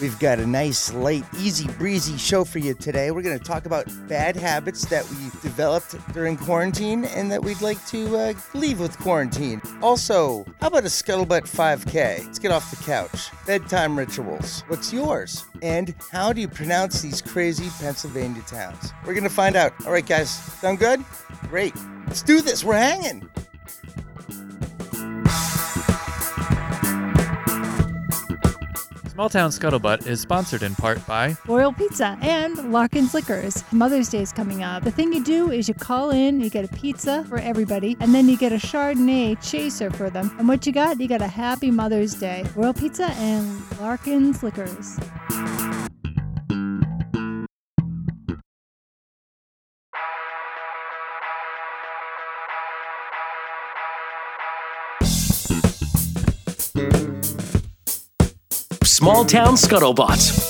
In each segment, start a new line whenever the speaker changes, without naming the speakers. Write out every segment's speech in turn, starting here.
We've got a nice, light, easy breezy show for you today. We're going to talk about bad habits that we developed during quarantine and that we'd like to uh, leave with quarantine. Also, how about a Scuttlebutt 5K? Let's get off the couch. Bedtime rituals. What's yours? And how do you pronounce these crazy Pennsylvania towns? We're going to find out. All right, guys. Sound good? Great. Let's do this. We're hanging.
Small Town Scuttlebutt is sponsored in part by
Royal Pizza and Larkin's Liquors. Mother's Day is coming up. The thing you do is you call in, you get a pizza for everybody, and then you get a Chardonnay chaser for them. And what you got? You got a happy Mother's Day. Royal Pizza and Larkin's Liquors.
Small Town Scuttlebutt.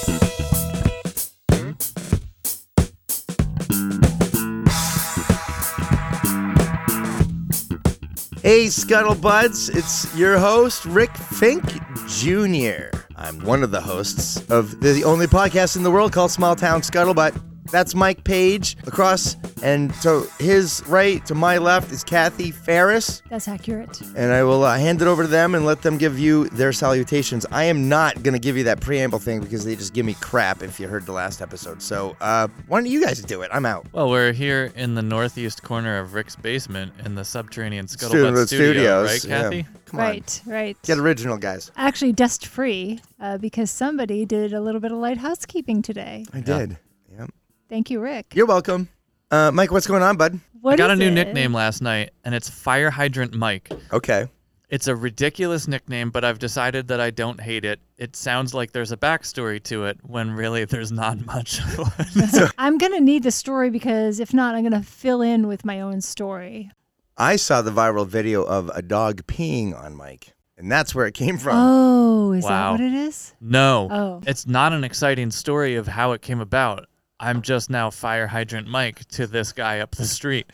Hey, Scuttlebuds, it's your host, Rick Fink Jr. I'm one of the hosts of the only podcast in the world called Small Town Scuttlebutt. That's Mike Page across, and to his right, to my left, is Kathy Ferris.
That's accurate.
And I will uh, hand it over to them and let them give you their salutations. I am not going to give you that preamble thing because they just give me crap if you heard the last episode. So uh, why don't you guys do it? I'm out.
Well, we're here in the northeast corner of Rick's basement in the subterranean
Studio-
Scuttlebutt studio, right,
yeah.
Kathy?
Come on.
right, right.
Get original, guys.
Actually, dust free uh, because somebody did a little bit of light housekeeping today.
I did. Yep.
Thank you, Rick.
You're welcome. Uh, Mike, what's going on, bud?
What
I got a
is
new
it?
nickname last night, and it's Fire Hydrant Mike.
Okay.
It's a ridiculous nickname, but I've decided that I don't hate it. It sounds like there's a backstory to it when really there's not much. of one.
I'm going to need the story because if not, I'm going to fill in with my own story.
I saw the viral video of a dog peeing on Mike, and that's where it came from.
Oh, is
Wow.
that what it is?
no.
Oh.
It's not an exciting story of how it came about. I'm just now Fire Hydrant Mike to this guy up the street.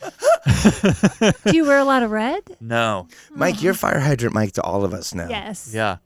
Do you wear a lot of red?
No.
Mike, you're fire hydrant Mike to all of us now.
Yes.
Yeah.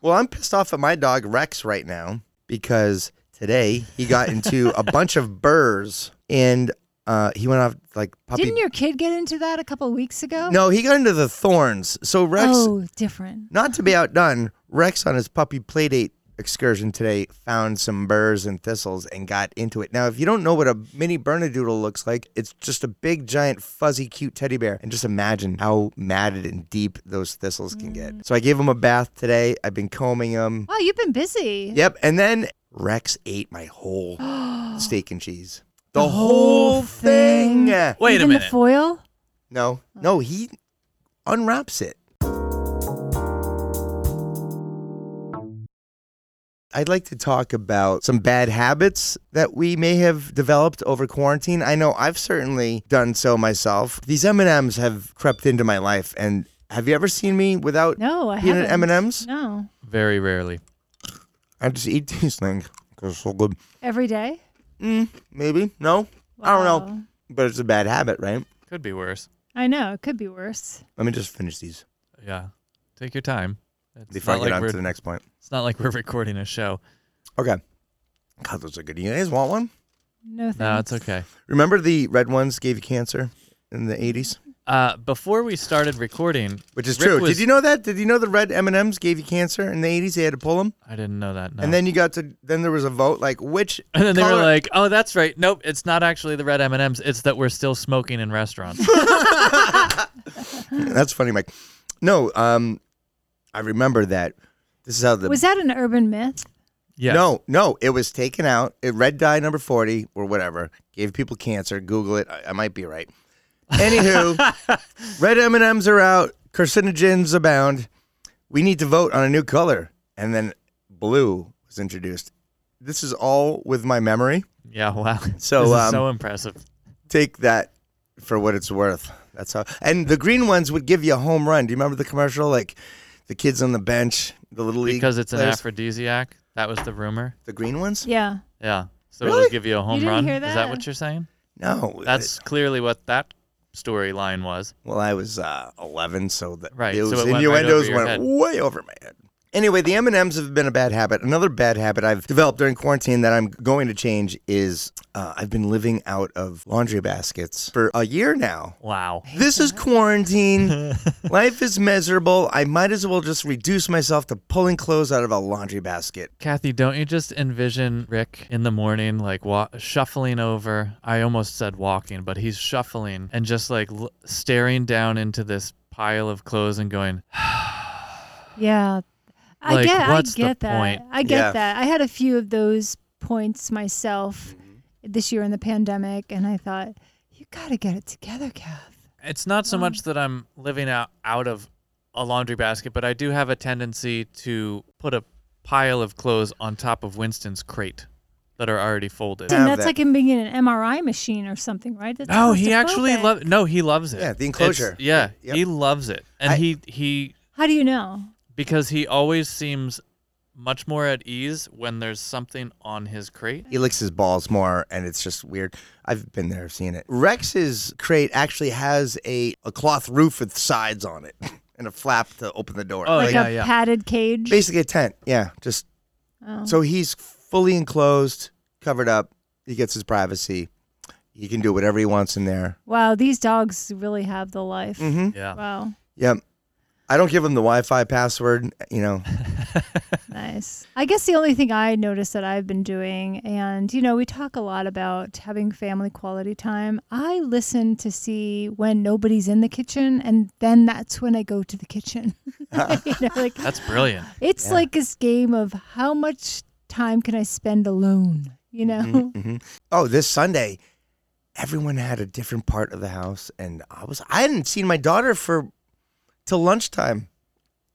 Well, I'm pissed off at my dog Rex right now because today he got into a bunch of burrs and uh, he went off like puppy.
Didn't your kid get into that a couple weeks ago?
no, he got into the thorns. So Rex,
Oh, different.
not to be outdone, Rex on his puppy playdate excursion today found some burrs and thistles and got into it. Now, if you don't know what a mini Bernedoodle looks like, it's just a big, giant, fuzzy, cute teddy bear. And just imagine how matted and deep those thistles can get. So I gave him a bath today. I've been combing him.
Wow, you've been busy.
Yep. And then Rex ate my whole steak and cheese. The,
whole
whole thing.
thing.
Wait
Even
a minute.
the foil?
No, no, he unwraps it. I'd like to talk about some bad habits that we may have developed over quarantine. I know I've certainly done so myself. These M&Ms have crept into my life and have you ever seen me without
No, I
peanut
haven't.
M&Ms?
No.
Very rarely.
I just eat these things 'cause it's so good.
Every day?
Mm, maybe? No? I don't know.
Wow.
But it's a bad habit, right?
Could be worse.
I know. It could be worse.
Let me just finish these
Yeah. Take your time. It's
before
not,
I get
like
on
we're,
to the next point.
it's not like we're recording a show.
Okay. God, those are good. You guys want one?
No thanks.
Mm-hmm.
No, it's okay.
Remember the red ones gave you cancer in the 80s?
Uh, before we started recording,
Which is
Rick
true.
was-
Did you know that? Did you know the red M&Ms gave you cancer in the 80s? They had to pull them.
I didn't know that. No.
And then you got to then there was a vote like which
Oh. And then they were
color-
like, "Oh, that's right. Nope, it's not actually the red M and M's. It's that we're still smoking in restaurants."
That's funny, Mike. No, um I remember that. This is how the
Was that an urban myth?
Yes.
No, no, it was taken out. It red dye number 40 or whatever gave people cancer. Google it. I, I might be right. Anywho, red M&Ms are out. Carcinogens abound. We need to vote on a new color. And then blue was introduced. This is all with my memory.
Yeah. Wow.
So,
this is
um,
so impressive.
Take that for what it's worth. That's how. And the green ones would give you a home run. Do you remember the commercial like the kids on the bench, the little league
Because it's an
players?
aphrodisiac. That was the rumor.
the green ones?
Yeah.
Yeah. So
Really?
it'll give you a home
didn't
run.
hear
Is that
that?
what you're saying?
No.
That's clearly what that storyline was.
Well, I was uh, 11, so the,
Right, so
those
it went right
innuendos
over your
went
head.
way over my head. Anyway, the M&Ms have been a bad habit. Another bad habit I've developed during quarantine that I'm going to change is uh, I've been living out of laundry baskets for a year now.
Wow.
This is quarantine. Life is miserable. I might as well just reduce myself to pulling clothes out of a laundry basket.
Kathy, don't you just envision Rick in the morning, like wa- shuffling over? I almost said walking, but he's shuffling and just like l- staring down into this pile of clothes and going,
Yeah. I
Like,
get
what's
I
the
get that.
point?
I get
Yeah.
that. I had a few of those points myself
Mm-hmm.
this year in the pandemic and I thought, you gotta get it together, Kath.
It's not so much that I'm living out, out of a laundry basket, but I do have a tendency to put a pile of clothes on top of Winston's crate that are already folded.
Yeah.
And
have
that's
that.
like him being in an MRI machine or something, right? That's
No, Oh, he actually
claustrophobic.
loves. No, he loves it.
Yeah, the
It's-
enclosure.
yeah,
Yep.
he loves it, and
I-
he he
How do you know?
because he always seems much more at ease when there's something on his crate.
He licks his balls more, and it's just weird. I've been there, I've seen it. Rex's crate actually has a, a cloth roof with sides on it and a flap to open the door.
Oh,
like
yeah,
a
yeah.
padded cage.
Basically a tent. Yeah, just
Oh.
so he's fully enclosed, covered up. He gets his privacy. He can do whatever he wants in there.
Wow, these dogs really have the life.
Mm-hmm.
Yeah.
Wow,
Yep. I don't give him the Wi-Fi password. You know,
nice. I guess the only thing I noticed that I've been doing, and you know, we talk a lot about having family quality time. I listen to see when nobody's in the kitchen, and then that's when I go to the kitchen. you know, like
That's brilliant.
it's like this game of how much time can I spend alone? You
Mm-hmm.
know,
oh, this Sunday, everyone had a different part of the house, and I was I hadn't seen my daughter for till lunchtime.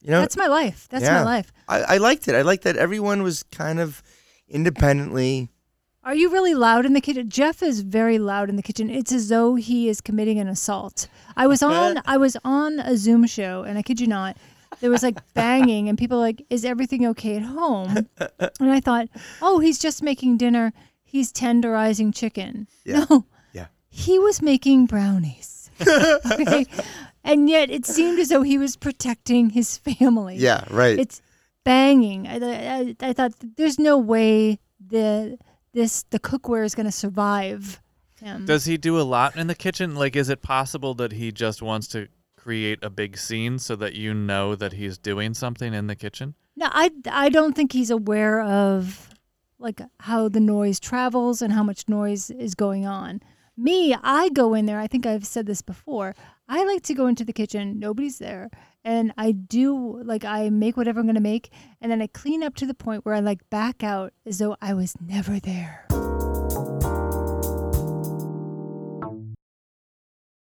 You know,
that's my life. That's
Yeah.
my life.
I, I liked it. I liked that everyone was kind of independently.
Are you really loud in the kitchen? Jeff is very loud in the kitchen. It's as though he is committing an assault. I was on I was on a Zoom show and I kid you not, there was like banging and people like, Is everything okay at home? And I thought, Oh, he's just making dinner. He's tenderizing chicken.
Yeah.
No.
Yeah.
He was making brownies. Okay? And yet it seemed as though he was protecting his family
Yeah, right.
it's banging. I, I, I thought there's no way the this the cookware is going to survive. him.
Does he do a lot in the kitchen? Like, is it possible that he just wants to create a big scene so that you know that he's doing something in the kitchen?
no, I I don't think he's aware of like how the noise travels and how much noise is going on. Me, I go in there. I think I've said this before. I like to go into the kitchen. Nobody's there. And I do like I make whatever I'm going to make and then I clean up to the point where I like back out as though I was never there.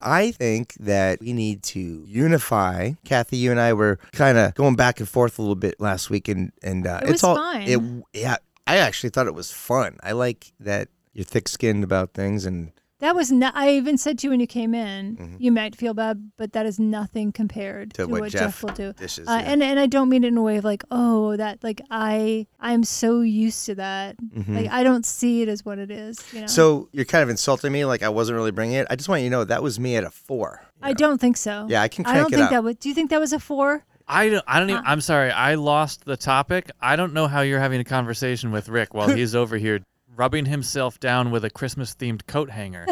I think that we need to unify. Kathy, you and I were kind of going back and forth a little bit last week, and and uh,
It
it's
was
all
fun.
it. Yeah, I actually thought it was fun. I like that you're thick-skinned about things, and
That was not. I even said to you when you came in, you might feel bad, but that is nothing compared
Mm-hmm. To
to,
what
what,
Jeff
Jeff, will do.
dishes,
uh,
yeah.
And and I don't mean it in a way of like, oh, that like I I'm so used to that. Like I don't see it as what it is. You know.
Mm-hmm. so you're kind of insulting me, like I wasn't really bringing it. I just want you to know that was me at a four.
I don't think so.
Yeah, I can
I don't
crank it
think
up.
that would. Do you think that was a four?
I don't, I don't even, I'm sorry, I lost the topic. I don't know how you're having a conversation with Rick while he's over here rubbing himself down with a Christmas themed coat hanger.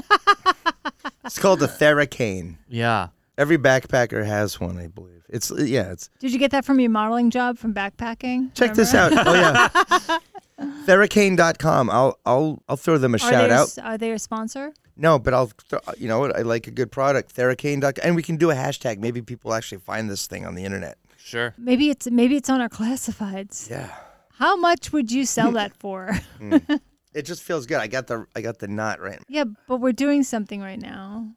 It's called the Theracane.
yeah.
Every backpacker has one, I believe. It's uh, yeah, it's
Did you get that from your modeling job from backpacking?
Check this
Remember?
out. Oh yeah. Theracane.com. I'll I'll I'll throw them a
Are
shout
they, a
out.
s- Are they a sponsor?
No, but I'll throw, you know what I like a good product. Theracane.com and we can do a hashtag. Maybe people actually find this thing on the internet.
Sure.
Maybe it's maybe it's on our classifieds.
Yeah.
How much would you sell that for?
It just feels good. I got the I got the knot right.
yeah, but we're doing something right now.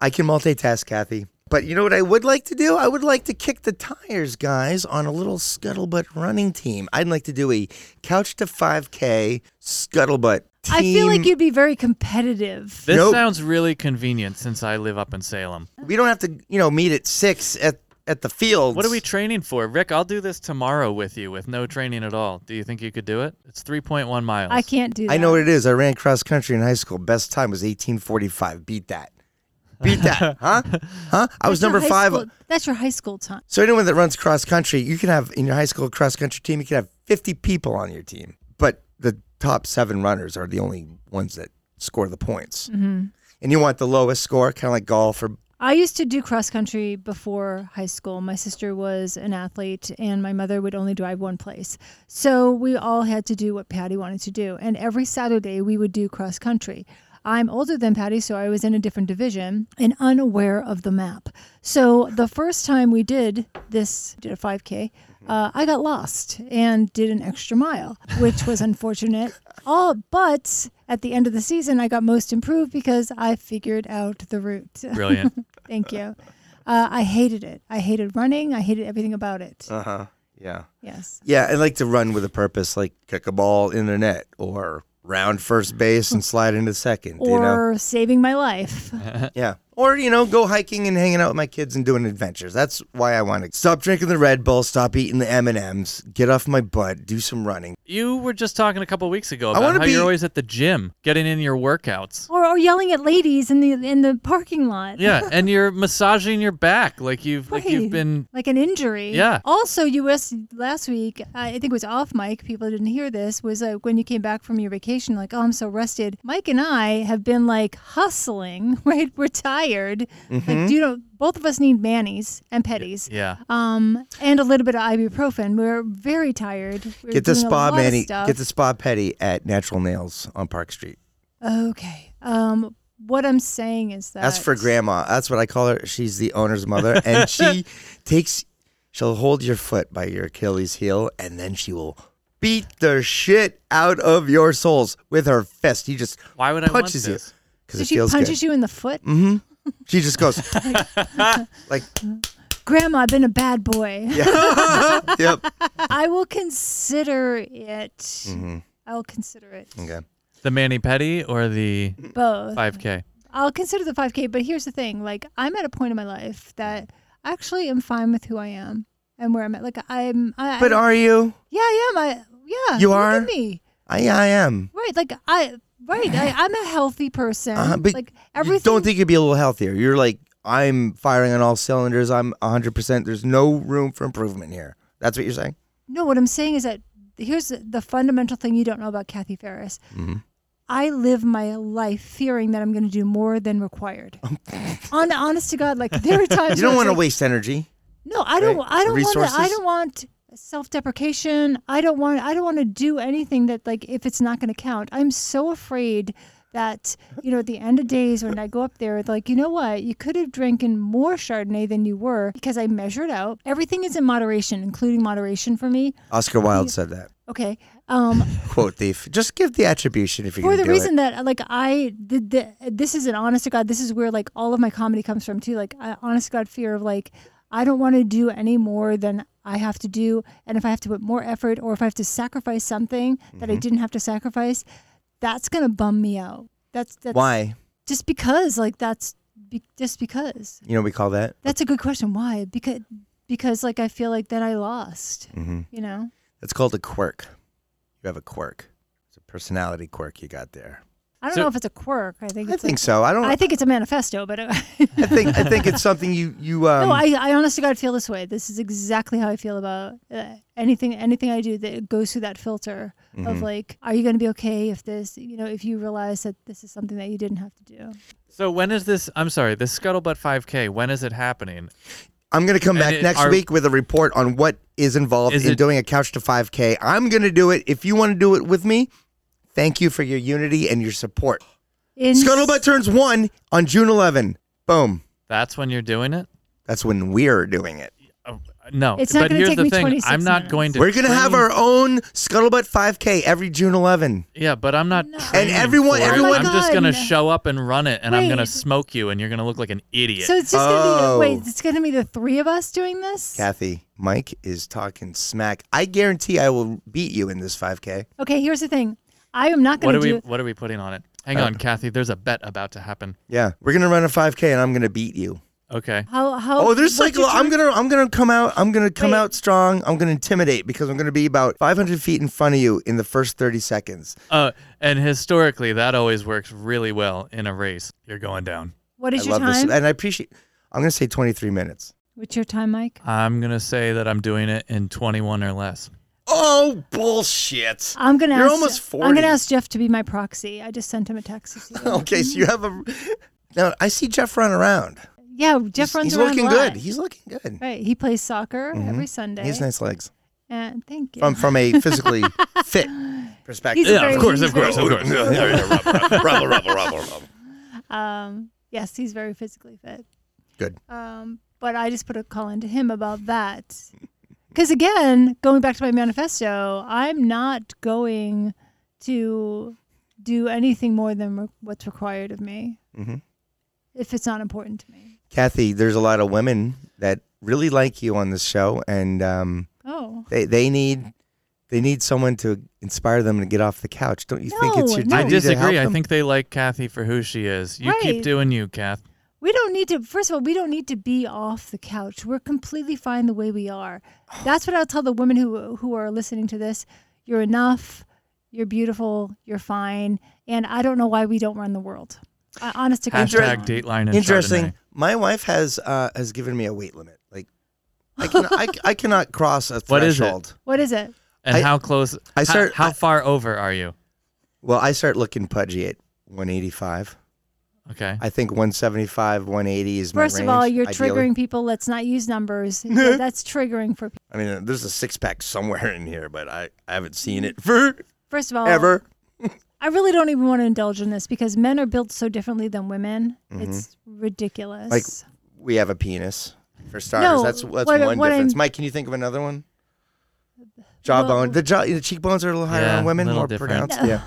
I can multitask, Kathy. But you know what I would like to do? I would like to kick the tires, guys, on a little scuttlebutt running team. I'd like to do a couch to 5K scuttlebutt team.
I feel like you'd be very competitive.
This
Nope.
sounds really convenient since I live up in Salem.
we don't have to, you know, meet at 6 at at the field.
What are we training for? Rick, I'll do this tomorrow with you with no training at all. Do you think you could do it? It's 3.1 miles.
I can't do that.
I know what it is. I ran cross country in high school. Best time was 1845. Beat that. Beat that, huh? Huh? I was
That's your
number
high
five.
school- that's your high school time.
So anyone that runs cross country, you can have in your high school cross country team, you can have 50 people on your team, but the top seven runners are the only ones that score the points. And you want the lowest score, kind of like golf or
I used to do cross country before high school. My sister was an athlete, and my mother would only drive one place. So we all had to do what Patty wanted to do. And every Saturday, we would do cross country. I'm older than Patty, so I was in a different division and unaware of the map. So the first time we did this, did a 5K, uh, I got lost and did an extra mile, which was unfortunate. All but at the end of the season, I got most improved because I figured out the route.
Brilliant.
Thank you. Uh, I hated it. I hated running. I hated everything about it.
uh huh, yeah,
yes.
yeah. I like to run with a purpose, like kick a ball in the net or round first base and slide into second. you know,
Or saving my life.
yeah. Or you know, go hiking and hanging out with my kids and doing adventures. That's why I want to stop drinking the Red Bull, stop eating the M and M's, get off my butt, do some running.
You were just talking a couple weeks ago
I
about
wanna
how
be-
you're always at the gym getting in your workouts.
or, or yelling at ladies in the in the parking lot.
Yeah, and you're massaging your back like you've like
Right.
you've been
like an injury.
Yeah.
Also, you asked last week. I think it was off mic. People didn't hear this. Was like when you came back from your vacation. Like, oh, I'm so rested. Mike and I have been like hustling. Right, we're tired.
Mm-hmm.
Like, you know, both of us need manis and petties.
yeah.
Um, and a little bit of ibuprofen. We're very tired. We're
Get the
doing a
spa
lot of
Manny.
stuff.
Get the spa petty at Natural Nails on Park Street.
Okay. Um, what I'm saying is that
That's for grandma. That's what I call her. She's the owner's mother, and she takes. She'll hold your foot by your Achilles heel, and then she will beat the shit out of your soles with her fist. He just
Why would I want
punches you
this?
because
So
it
she
feels
punches
good. Mm-hmm.
you in the foot.
She just goes like,
Grandma, I've been a bad boy.
yeah, yep.
I will consider it.
Mm-hmm.
I'll consider it
Okay.
The mani pedi or the
both.
5K?
I'll consider the 5K, but here's the thing: like, I'm at a point in my life that I actually am fine with who I am and where I'm at. Like, I'm. I,
But
I,
are you?
yeah, I am. I yeah.
You
look
are?
at me,
I, I am.
right? Like, I right. I, I'm a healthy person.
Uh, but
like
You
everything.
don't think you'd be a little healthier. You're like, I'm firing on all cylinders. I'm 100. percent There's no room for improvement here. That's what you're saying.
No, what I'm saying is that here's the- the fundamental thing you don't know about Kathy Ferris.
Mm-hmm.
I live my life fearing that I'm going to do more than required. On honest to God, like there are times
You don't want
where
to
it's like,
waste energy.
No, I don't.
right?
I don't want. to I
Resources?
don't want self-deprecation. I don't want. I don't want to do anything that like if it's not going to count. I'm so afraid that you know at the end of days when I go up there, it's like you know what, you could have drinking more Chardonnay than you were because I measured out. Everything is in moderation, including moderation for me.
Oscar Wilde said that.
Okay. Um,
quote thief. Just give the attribution if you're
for
gonna
the
do
reason
it.
that uh, like I did the, this is an honest to God this is where like all of my comedy comes from too like I, honest to God fear of like I don't want to do any more than I have to do and if I have to put more effort or if I have to sacrifice something that I
Mm-hmm.
didn't have to sacrifice that's gonna bum me out that's that's
Why?
just because like that's be, just because
You know what we call that?
that's a good question why because because like I feel like then I lost
Mm-hmm.
you know
That's called a quirk. You have a quirk. It's a personality quirk you got there.
I don't
So-
know if it's a quirk I think
I
it's
think
like,
so. I don't.
I
I
think it's a manifesto but. uh,
think. I think it's something you you um.
no, I, I honest to God feel this way. This is exactly how I feel about uh, anything. Anything I do that goes through that filter
Mm-hmm.
of like, are you going to be okay if this, you know, if you realize that this is something that you didn't have to do.
So when is this? I'm sorry, this scuttlebutt 5K. When is it happening?
I'm gonna come
And
back
it-
next
are-
week with a report on what is involved
Is
in
it-
doing a couch to 5K. I'm gonna do it. If you want to do it with me, thank you for your unity and your support.
In
Scuttlebutt turns one on June 11. Boom.
That's when you're doing it.
That's when we're doing it.
Oh, no,
It's not
but
gonna
here's
take
the
me
thing.
26
I'm not
minutes.
going to.
We're gonna have
train-
our own Scuttlebutt 5K every June 11.
Yeah, but I'm not.
No. And
training
everyone-
for it.
everyone-
I'm just
Oh my
gonna
God.
show up and run it, and I'm gonna
Wait.
smoke you, and you're gonna look like an idiot.
So it's just
Oh.
going to be, uh, wait, it's going to be the three of us doing this?
Kathy, Mike is talking smack. I guarantee I will beat you in this 5K.
Okay, here's the thing. I am not
what
going
are
to
we?
do.
What are we putting on it? Hang on, Kathy. There's a bet about to happen.
Yeah, we're gonna run a 5K and I'm gonna beat you.
Okay.
How, how,
Oh, there's
what's
psycho.
your
I'm
time-
gonna, I'm gonna come out. I'm gonna come
Wait.
out strong. I'm gonna intimidate because I'm gonna be about 500 feet in front of you in the first 30 seconds.
Uh, and historically, that always works really well in a race. You're going down.
What is
I
your
love
time?
this. And I appreciate I'm going to say 23 minutes.
What's your time, Mike?
I'm going to say that I'm doing it in 21 or less.
Oh, bullshit.
I'm gonna.
You're
ask,
almost 40.
I'm gonna ask Jeff to be my proxy. I just sent him a text. to see what-
Okay, so you have a. Now, I see Jeff run around.
Yeah, Jeff
he's,
runs
He's
around
looking
a lot.
good. Mm-hmm. He's looking good.
right. He plays soccer every Sunday.
He has nice legs.
and Eh, thank you.
From, from a physically fit perspective.
He's Yeah, very- of course, of course,
of course.
Rubble, rubble, rubble, rubble.
um, yes, he's very physically fit.
Good.
Um, but I just put a call into him about that. Because again, going back to my manifesto, I'm not going to do anything more than re- what's required of me
Mhm.
if it's not important to me.
Kathy, there's a lot of women that really like you on this show, and um,
Oh.
they they need they need someone to inspire them to get off the couch. Don't you think it's your duty
I
No, you
to help
disagree. I
them?
think they like Kathy for who she is. You
Right.
keep doing you, Kath.
We don't need to, first of all, we don't need to be off the couch. We're completely fine the way we are. That's what I'll tell the women who, who are listening to this. You're enough. You're beautiful. You're fine. And I don't know why we don't run the world. I, honest to God.
Hashtag Dateline and
Interesting.
Chardonnay.
My wife has uh, has given me a weight limit. Like I can I, I cannot cross a
What is it?
threshold.
What is it?
And
I-
how close?
I
I
start-
start, how,
I-
far over are you?
Well, I start looking pudgy at 185.
Okay.
I think 175, 180 is my
First of all,
range,
you're
ideally.
triggering people. Let's not use numbers. Yeah, That's triggering for people.
I mean, there's a six pack somewhere in here, but I, I haven't seen
Mm.
it for
First of all,
ever.
I really don't even want to indulge in this because men are built so differently than women. It's
Mm-hmm.
ridiculous.
Like we have a penis for starters.
No,
that's that's
what-
one
what
difference.
I'm-
Mike, can you think of another one? Jawbone. the jaw, the cheekbones are a little higher
Yeah,
on women,
little
more
different.
pronounced. Yeah.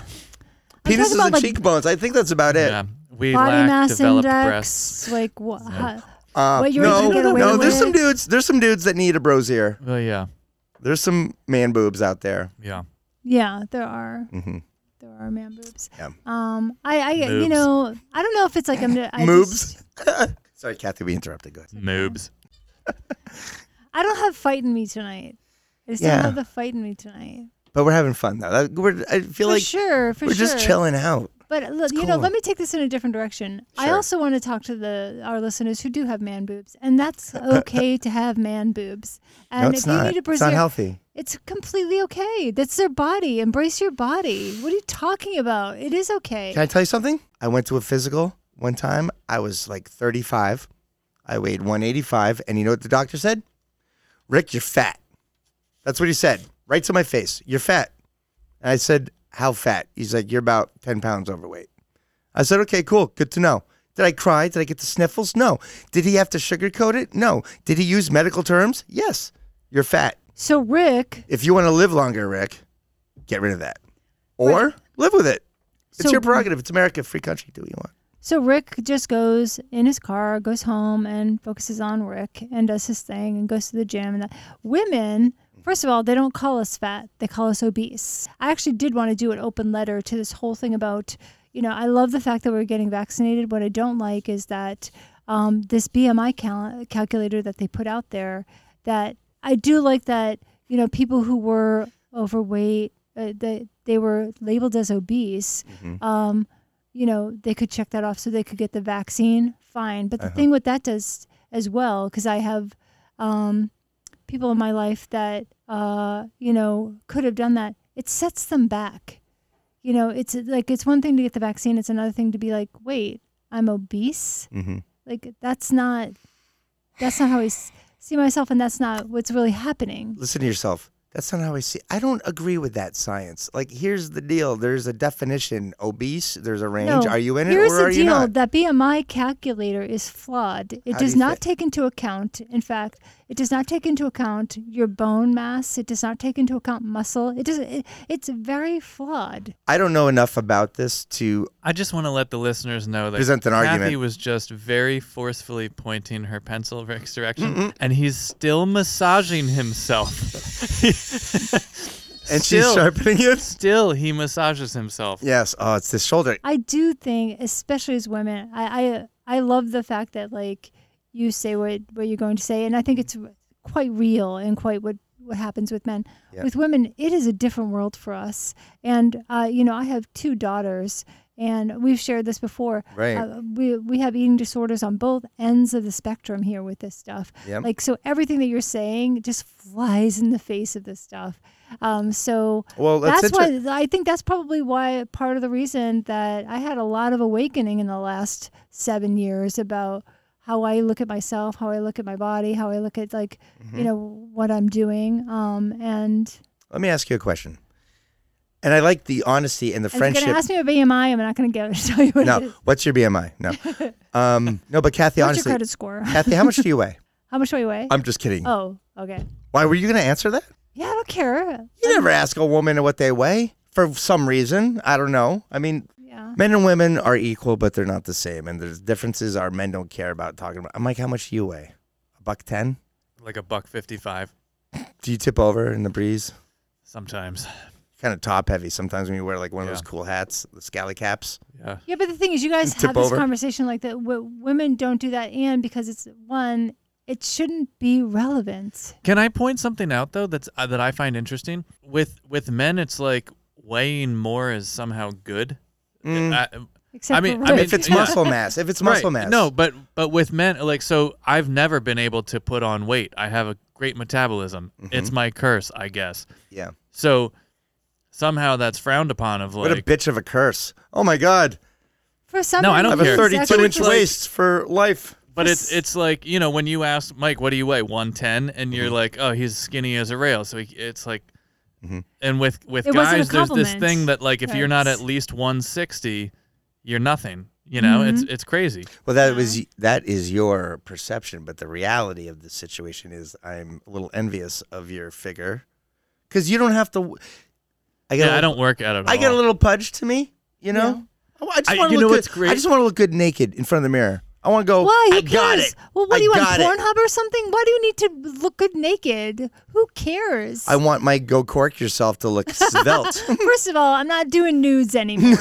talking
Penises
about,
and
like,
cheekbones. I think that's about it.
yeah. We
Body
lack
mass
developed
index.
breasts.
Like what?
Uh,
What, you were
no,
gonna get
no,
away
no.
with
There's
it?
some dudes. There's some dudes that need a brosier.
Well, yeah.
There's some man boobs out there.
Yeah.
Yeah, there are.
Mhm.
There are man boobs.
Yeah.
Um, I, I, you
Moobs.
know, I don't know if it's like I'm. I
Moobs.
just-
Sorry, Kathy, we interrupted. Go ahead.
Moobs.
I don't have fight in me tonight. I just
Yeah.
don't have the fight in me tonight.
But we're having fun though. That- We're, I feel
For
like
sure, for
we're
sure.
just chilling out.
But look, you know,
cool.
let me take this in a different direction. I
Sure.
also want to talk to the our listeners who do have man boobs, and that's okay to have man boobs. And
no, it's
if you
not.
need to
it's not
preserve,
healthy.
it's completely okay. That's their body. Embrace your body. What are you talking about? It is okay.
Can I tell you something? I went to a physical one time. I was like 35. I weighed 185. And you know what the doctor said? Rick, you're fat. That's what he said right to my face. You're fat. And I said, How fat? He's like, You're about 10 pounds overweight. I said, Okay, cool. Good to know. Did I cry? Did I get the sniffles? No. Did he have to sugarcoat it? No. Did he use medical terms? Yes. You're fat.
So Rick,
If you want to live longer, Rick, get rid of that. Or live with it. It's
So-
your prerogative. It's America, free country. Do what you want.
so Rick just goes in his car, goes home, and focuses on Rick and does his thing and goes to the gym. And that. women, first of all, they don't call us fat; they call us obese. I actually did want to do an open letter to this whole thing about, you know, I love the fact that we're getting vaccinated. What I don't like is that um, this BMI cal- calculator that they put out there. That I do like that you know people who were overweight, uh, they they were labeled as obese. um, you know, they could check that off so they could get the vaccine. Fine. But the thing with that does as well, because I have um, people in my life that, uh, you know, could have done that, it sets them back. You know, it's like, it's one thing to get the vaccine, it's another thing to be like, wait, I'm obese?
Mm-hmm.
Like, that's not, that's not how I s- see myself, and that's not what's really happening.
Listen to yourself. That's not how I see. I don't agree with that science. Like, here's the deal. There's a definition. Obese. There's a range.
No,
are you in it
Here's
or are
the
you
deal:
not?
that BMI calculator is flawed. It
How do
does
you
not
fit-
take into account. In fact, it does not take into account your bone mass. It does not take into account muscle. It does. It, it's very flawed.
I don't know enough about this to.
I just want to let the listeners know that
Present an
Kathy
argument.
was just very forcefully pointing her pencil Rick's direction,
Mm-hmm.
and he's still massaging himself.
And she's
Still.
sharpening it.
Still, he massages himself.
Yes. Oh, it's this shoulder.
I do think, especially as women, I I, I love the fact that like you say what what you're going to say, and I think it's quite real and quite what what happens with men.
Yeah.
With women, it is a different world for us. And uh, you know, I have two daughters, And we've shared this before.
Right.
Uh, we, we have eating disorders on both ends of the spectrum here with this stuff.
Yep.
Like, so everything that you're saying just flies in the face of this stuff. Um, so
Well, that's
that's
inter-
why I think that's probably why part of the reason that I had a lot of awakening in the last seven years about how I look at myself, how I look at my body, how I look at like,
Mm-hmm.
you know, what I'm doing. Um, and
Let me ask you a question. And I like the honesty and the
and if you're
friendship.
gonna ask me about BMI, I'm not gonna get to tell you what it
no,
is.
what's your BMI? No, um, no, but Kathy,
What's your
honestly,
credit score?
Kathy, how much do you weigh?
How much do I weigh?
I'm just kidding.
oh, okay.
Why were you going to answer that?
Yeah, I don't care.
You never ask a woman what they weigh for some reason. I don't know. I mean,
Yeah.
men and women are equal, but they're not the same, and there's differences. Are men don't care about talking about. I'm like, how much do you weigh? A buck ten?
like a buck 55
Do you tip over in the breeze?
sometimes.
Kind of top heavy sometimes when you wear like one of
Yeah.
those cool hats, the scally caps.
Yeah.
Yeah, but the thing is, you guys
Tip
have this
over.
conversation like that. W- women don't do that, and because it's one, it shouldn't be relevant.
Can I point something out though that's uh, that I find interesting? With with men it's like weighing more is somehow good.
Mm.
Uh, I-
Except
I mean-
for
I mean,
Rick.
If it's
Yeah.
muscle mass, if it's muscle
Right.
mass,
No, but but with men, like so, I've never been able to put on weight. I have a great metabolism.
Mm-hmm.
It's my curse, I guess.
yeah.
So somehow that's frowned upon. Of
What a
like,
bitch of a curse! Oh my god,
For some,
No, I
I
don't
have a
care.
reasons,
32
actually,
inch
for-
waist for life.
but it's it's like you know when you ask Mike, what do you weigh? One ten, and you're
Mm-hmm.
like, oh, he's skinny as a rail. So he, it's like,
Mm-hmm.
and with with
It wasn't a
guys, there's this
compliment.
thing that like if you're not
Right.
at least one sixty, you're nothing. You know, it's
Mm-hmm.
it's crazy.
Well, that
Uh-huh.
was that is your perception, but the reality of the situation is I'm a little envious of your figure because you don't have to. I
Yeah,
got a
I
little-
don't work at it.
I get a little pudge to me, you know. I- I just
I-
want to
you
look
know
good.
what's great?
I just want to look good naked in front of the mirror. I want to go.
Why? Who
Oh, I
cares?
got it.
Well, what
I
do you want,
got it.
Pornhub or something? Why do you need to look good naked? Who cares?
I want my go cork yourself to look svelte.
First of all, I'm not doing nudes anymore.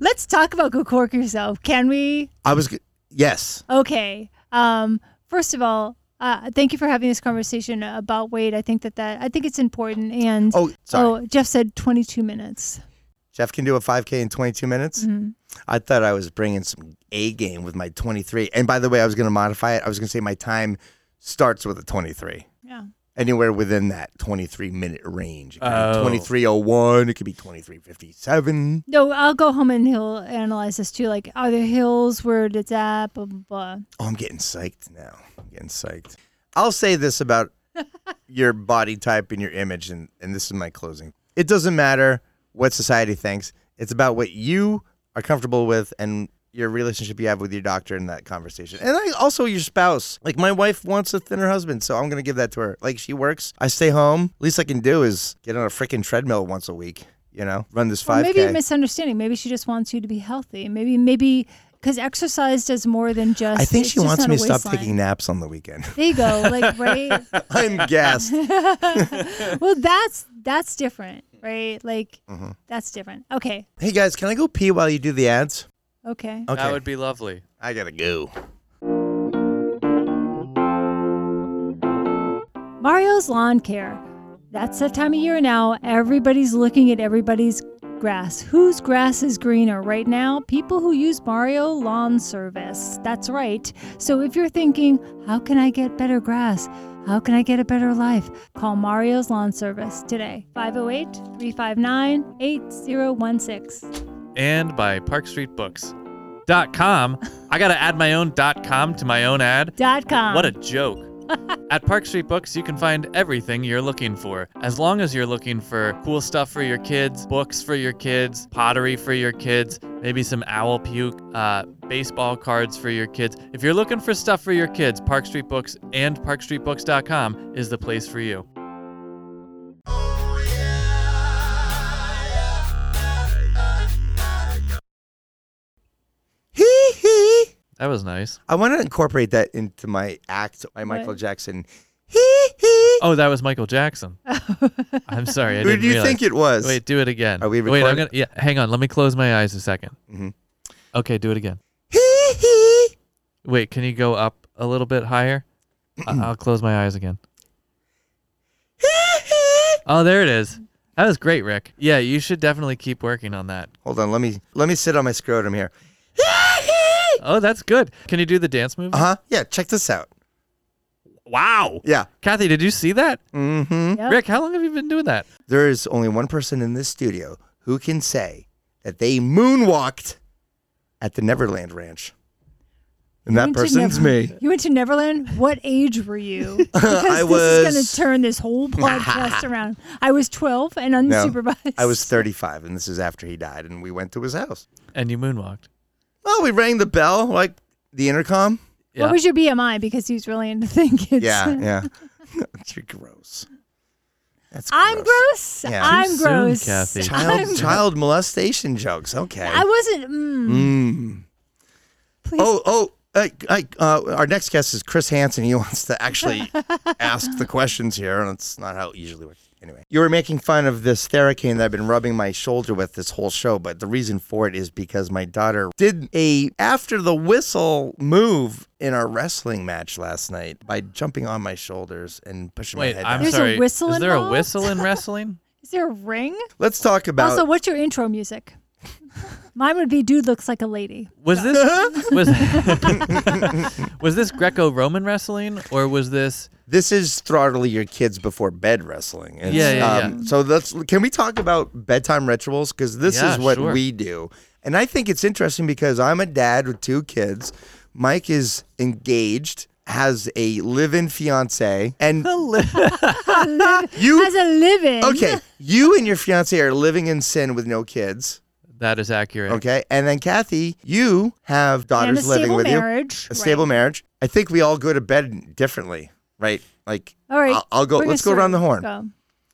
Let's talk about go cork yourself. Can we?
I was. g- Yes.
Okay. Um, first of all, uh, thank you for having this conversation about weight. I think that that I think it's important. And
Oh, sorry.
oh, Jeff said 22 minutes.
Jeff can do a 5K in 22 minutes. I thought I was bringing some A game with my 23. And by the way, I was going to modify it. I was going to say my time starts with a 23.
Yeah.
Anywhere within that 23 minute range. It could
Oh.
be 2301. It could be 2357.
No, I'll go home and he'll analyze this too. Like, are there hills where it's at? Blah blah. blah.
Oh, I'm getting psyched now. I'm getting psyched. I'll say this about your body type and your image, and, and this is my closing. It doesn't matter what society thinks, it's about what you are comfortable with and your relationship you have with your doctor in that conversation. And I, also your spouse. Like, my wife wants a thinner husband, so I'm going to give that to her. Like, she works, I stay home. Least I can do is get on a freaking treadmill once a week, you know, run this 5K.
Or maybe a misunderstanding. Maybe she just wants you to be healthy. Maybe maybe because exercise does more than just.
I think
it's
she
just
wants
not
me
a
to stop
waistline.
taking naps on the weekend.
There you go. Like right.
I'm gassed.
well, that's that's different, right? Like
Mm-hmm.
that's different. Okay.
Hey guys, can I go pee while you do the ads?
Okay.
Okay.
That would be lovely.
I gotta go.
Mario's Lawn Care. That's the time of year now. Everybody's looking at everybody's grass. Whose grass is greener right now? People who use Mario Lawn Service. That's right. So if you're thinking, how can I get better grass? How can I get a better life? Call Mario's Lawn Service today. 508 359 8016.
and by parkstreetbooks.com. I got to add my own .com to my own ad.
Dot com.
What a joke. At Park Street Books, you can find everything you're looking for. As long as you're looking for cool stuff for your kids, books for your kids, pottery for your kids, maybe some owl puke, uh, baseball cards for your kids. If you're looking for stuff for your kids, Park Street Books and parkstreetbooks.com is the place for you.
Hee hee.
That was nice.
I want to incorporate that into my act, my Michael
What?
Jackson. Hee hee.
Oh, that was Michael Jackson. I'm sorry. I
Who
didn't
do you
realize.
think it was?
Wait, do it again.
Are we
Wait, I'm
recording?
gonna. Yeah, hang on. Let me close my eyes a 2nd
Mhm.
Okay, do it again.
Hee hee.
Wait, can you go up a little bit higher? I- I'll close my eyes again.
Hee hee.
Oh, there it is. That was great, Rick. Yeah, you should definitely keep working on that.
Hold on, let me let me sit on my scrotum here.
Oh, that's good. Can you do the dance move?
Uh huh. Yeah, check this out.
Wow.
Yeah.
Kathy, did you see that?
Mm-hmm.
Yep.
Rick, how long have you been doing that?
There is only one person in this studio who can say that they moonwalked at the Neverland Ranch. And that
went to
person's
Never-
me.
You went to Neverland? What age were you? Because
I
this is going
was-
to turn this whole podcast around. I was 12 and unsupervised.
I was 35, and this is after he died, and we went to his house.
And you moonwalked.
Well, Oh, we rang the bell, like the intercom.
Yeah.
What was your BMI? Because he was really into thin kids.
Yeah, yeah. That's gross. That's
I'm gross.
Yeah.
I'm
Too soon,
gross.
Kathy.
Child, child molestation jokes. Okay.
I wasn't. Mm,
Mm.
please.
Oh, oh. Uh, I, uh, our next guest is Chris Hansen. He wants to actually ask the questions here, and it's not how it usually works. Anyway, you were making fun of this Theracane that I've been rubbing my shoulder with this whole show, but the reason for it is because my daughter did a after the whistle move in our wrestling match last night by jumping on my shoulders and pushing
Wait,
my head.
I'm
down.
There's a
sorry.
whistle
Is there a
involved?
whistle in wrestling?
Is there a ring?
Let's talk about.
also, what's your intro music? Mine would be "Dude Looks Like a Lady."
Was this was was this Greco-Roman wrestling or was this
this is throttle your kids before bed wrestling. It's,
Yeah, yeah, yeah.
So let's can we talk about bedtime rituals because this
Yeah,
is what
sure.
we do, and I think it's interesting because I'm a dad with two kids. Mike is engaged, has a live-in fiance, and you.
As a living,
Okay, you and your fiance are living in sin with no kids.
that is accurate?
Okay, and then Kathy, you have
and a
daughters living
stable
with you.
marriage,
A stable marriage. I think we all go to bed differently, right? Like,
All right,
I'll, I'll go.
bring
Let's
us
go around the horn.
Go.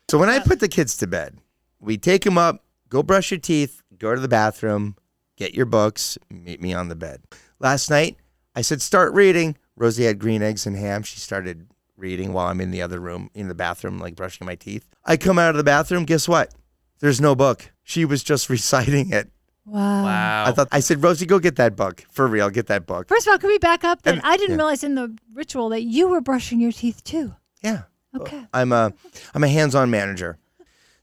So when I put the kids to bed, we take them up, go brush your teeth, go to the bathroom, get your books, meet me on the bed. Last night, I said, start reading. Rosie had green eggs and ham. She started reading while I'm in the other room, in the bathroom, like brushing my teeth. I come out of the bathroom. Guess what? There's no book. She was just reciting it.
Wow.
Wow.
I thought, I said, Rosie, go get that book. For real, get that book.
First of all, can we back up? That
And-
I didn't
yeah.
realize in the ritual that you were brushing your teeth too.
Yeah.
Okay.
I'm a I'm a hands-on manager.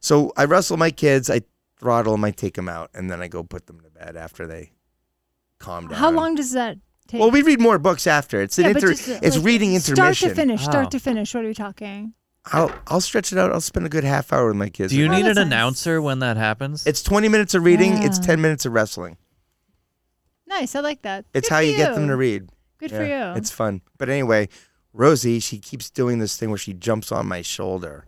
So I wrestle my kids, I throttle them, I take them out, and then I go put them to bed after they calm down.
How long does that take?
Uh, Well, we read more books after. It's an
Yeah, but
inter-
just, uh,
it's
like,
reading
Start to
intermission.
finish. Start
Oh.
to finish. What are we talking?
I'll I'll stretch it out. I'll spend a good half hour with my kids.
Do you
Oh,
need an
that's nice.
announcer when that happens?
it's 20 minutes of reading, it's
Yeah.
10 minutes of wrestling.
Nice. I like that.
It's
Good
how
for
you get them to read.
Good
Yeah,
for you.
It's fun. But anyway, Rosie, she keeps doing this thing where she jumps on my shoulder.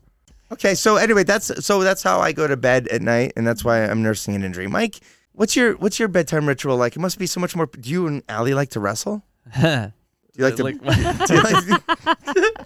Okay, so anyway, that's so that's how I go to bed at night, and that's why I'm nursing an injury. Mike, what's your what's your bedtime ritual like? It must be so much more. Do you and Allie like to wrestle? Do you like to?
Like-
do you like-